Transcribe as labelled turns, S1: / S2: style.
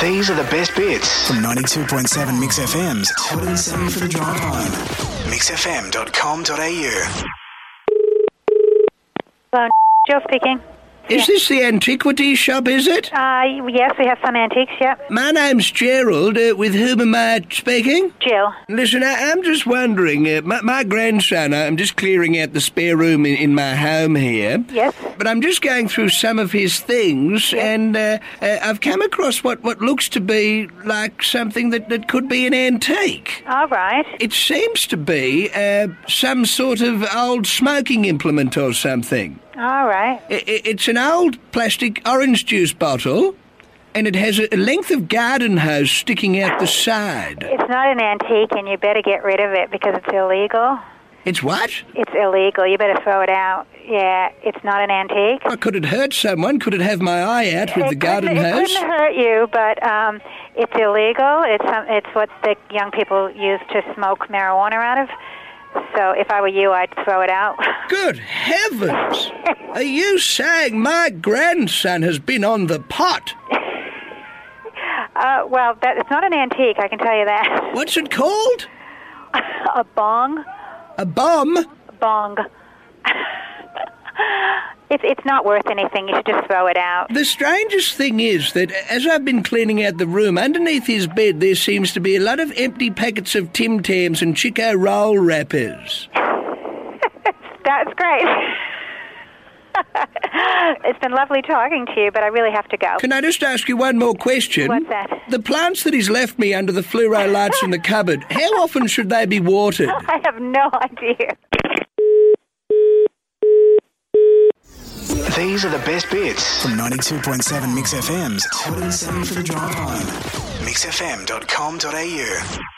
S1: These are the best bits.
S2: From 92.7 Mix FM's 27 for the drive home. MixFM.com.au.
S3: Hello, Uh, Jill speaking.
S4: Is this the antiquity shop, is it?
S3: Uh, yes, we have some antiques, yeah.
S4: My name's Gerald, uh, with whom am I speaking?
S3: Jill.
S4: Listen, I, I'm just wondering, uh, my, my grandson, I'm just clearing out the spare room in, in my home here.
S3: Yes.
S4: But I'm just going through some of his things, and uh, uh, I've come across what, what looks to be like something that, that could be an antique.
S3: All right.
S4: It seems to be uh, some sort of old smoking implement or something.
S3: All right.
S4: I- I- It's an old plastic orange juice bottle, and it has a a length of garden hose sticking out the side.
S3: It's not an antique, and you better get rid of it because it's illegal.
S4: It's what?
S3: It's illegal. You better throw it out. Yeah, it's not an antique.
S4: Oh, could it hurt someone? Could it have my eye out
S3: it
S4: with the
S3: couldn't-
S4: garden
S3: it
S4: hose?
S3: couldn't hurt you, but um, it's illegal. It's um, it's what the young people use to smoke marijuana out of. So if I were you, I'd throw it out.
S4: Good heavens! Are you saying my grandson has been on the pot?
S3: Uh, well, that, it's not an antique. I can tell you that.
S4: What's it called?
S3: A bong.
S4: A bomb?
S3: bong. it's it's not worth anything. You should just throw it out.
S4: The strangest thing is that as I've been cleaning out the room, underneath his bed there seems to be a lot of empty packets of Tim Tams and Chico roll wrappers.
S3: That's great. it's been lovely talking to you, but I really have to go.
S4: Can I just ask you one more question?
S3: What's that?
S4: The plants that he's left me under the fluoro lights in the cupboard, how often should they be watered?
S3: I have no idea.
S1: These are the best bits.
S2: From 92.7 Mix FM's 27 for the drive home. MixFM.com.au.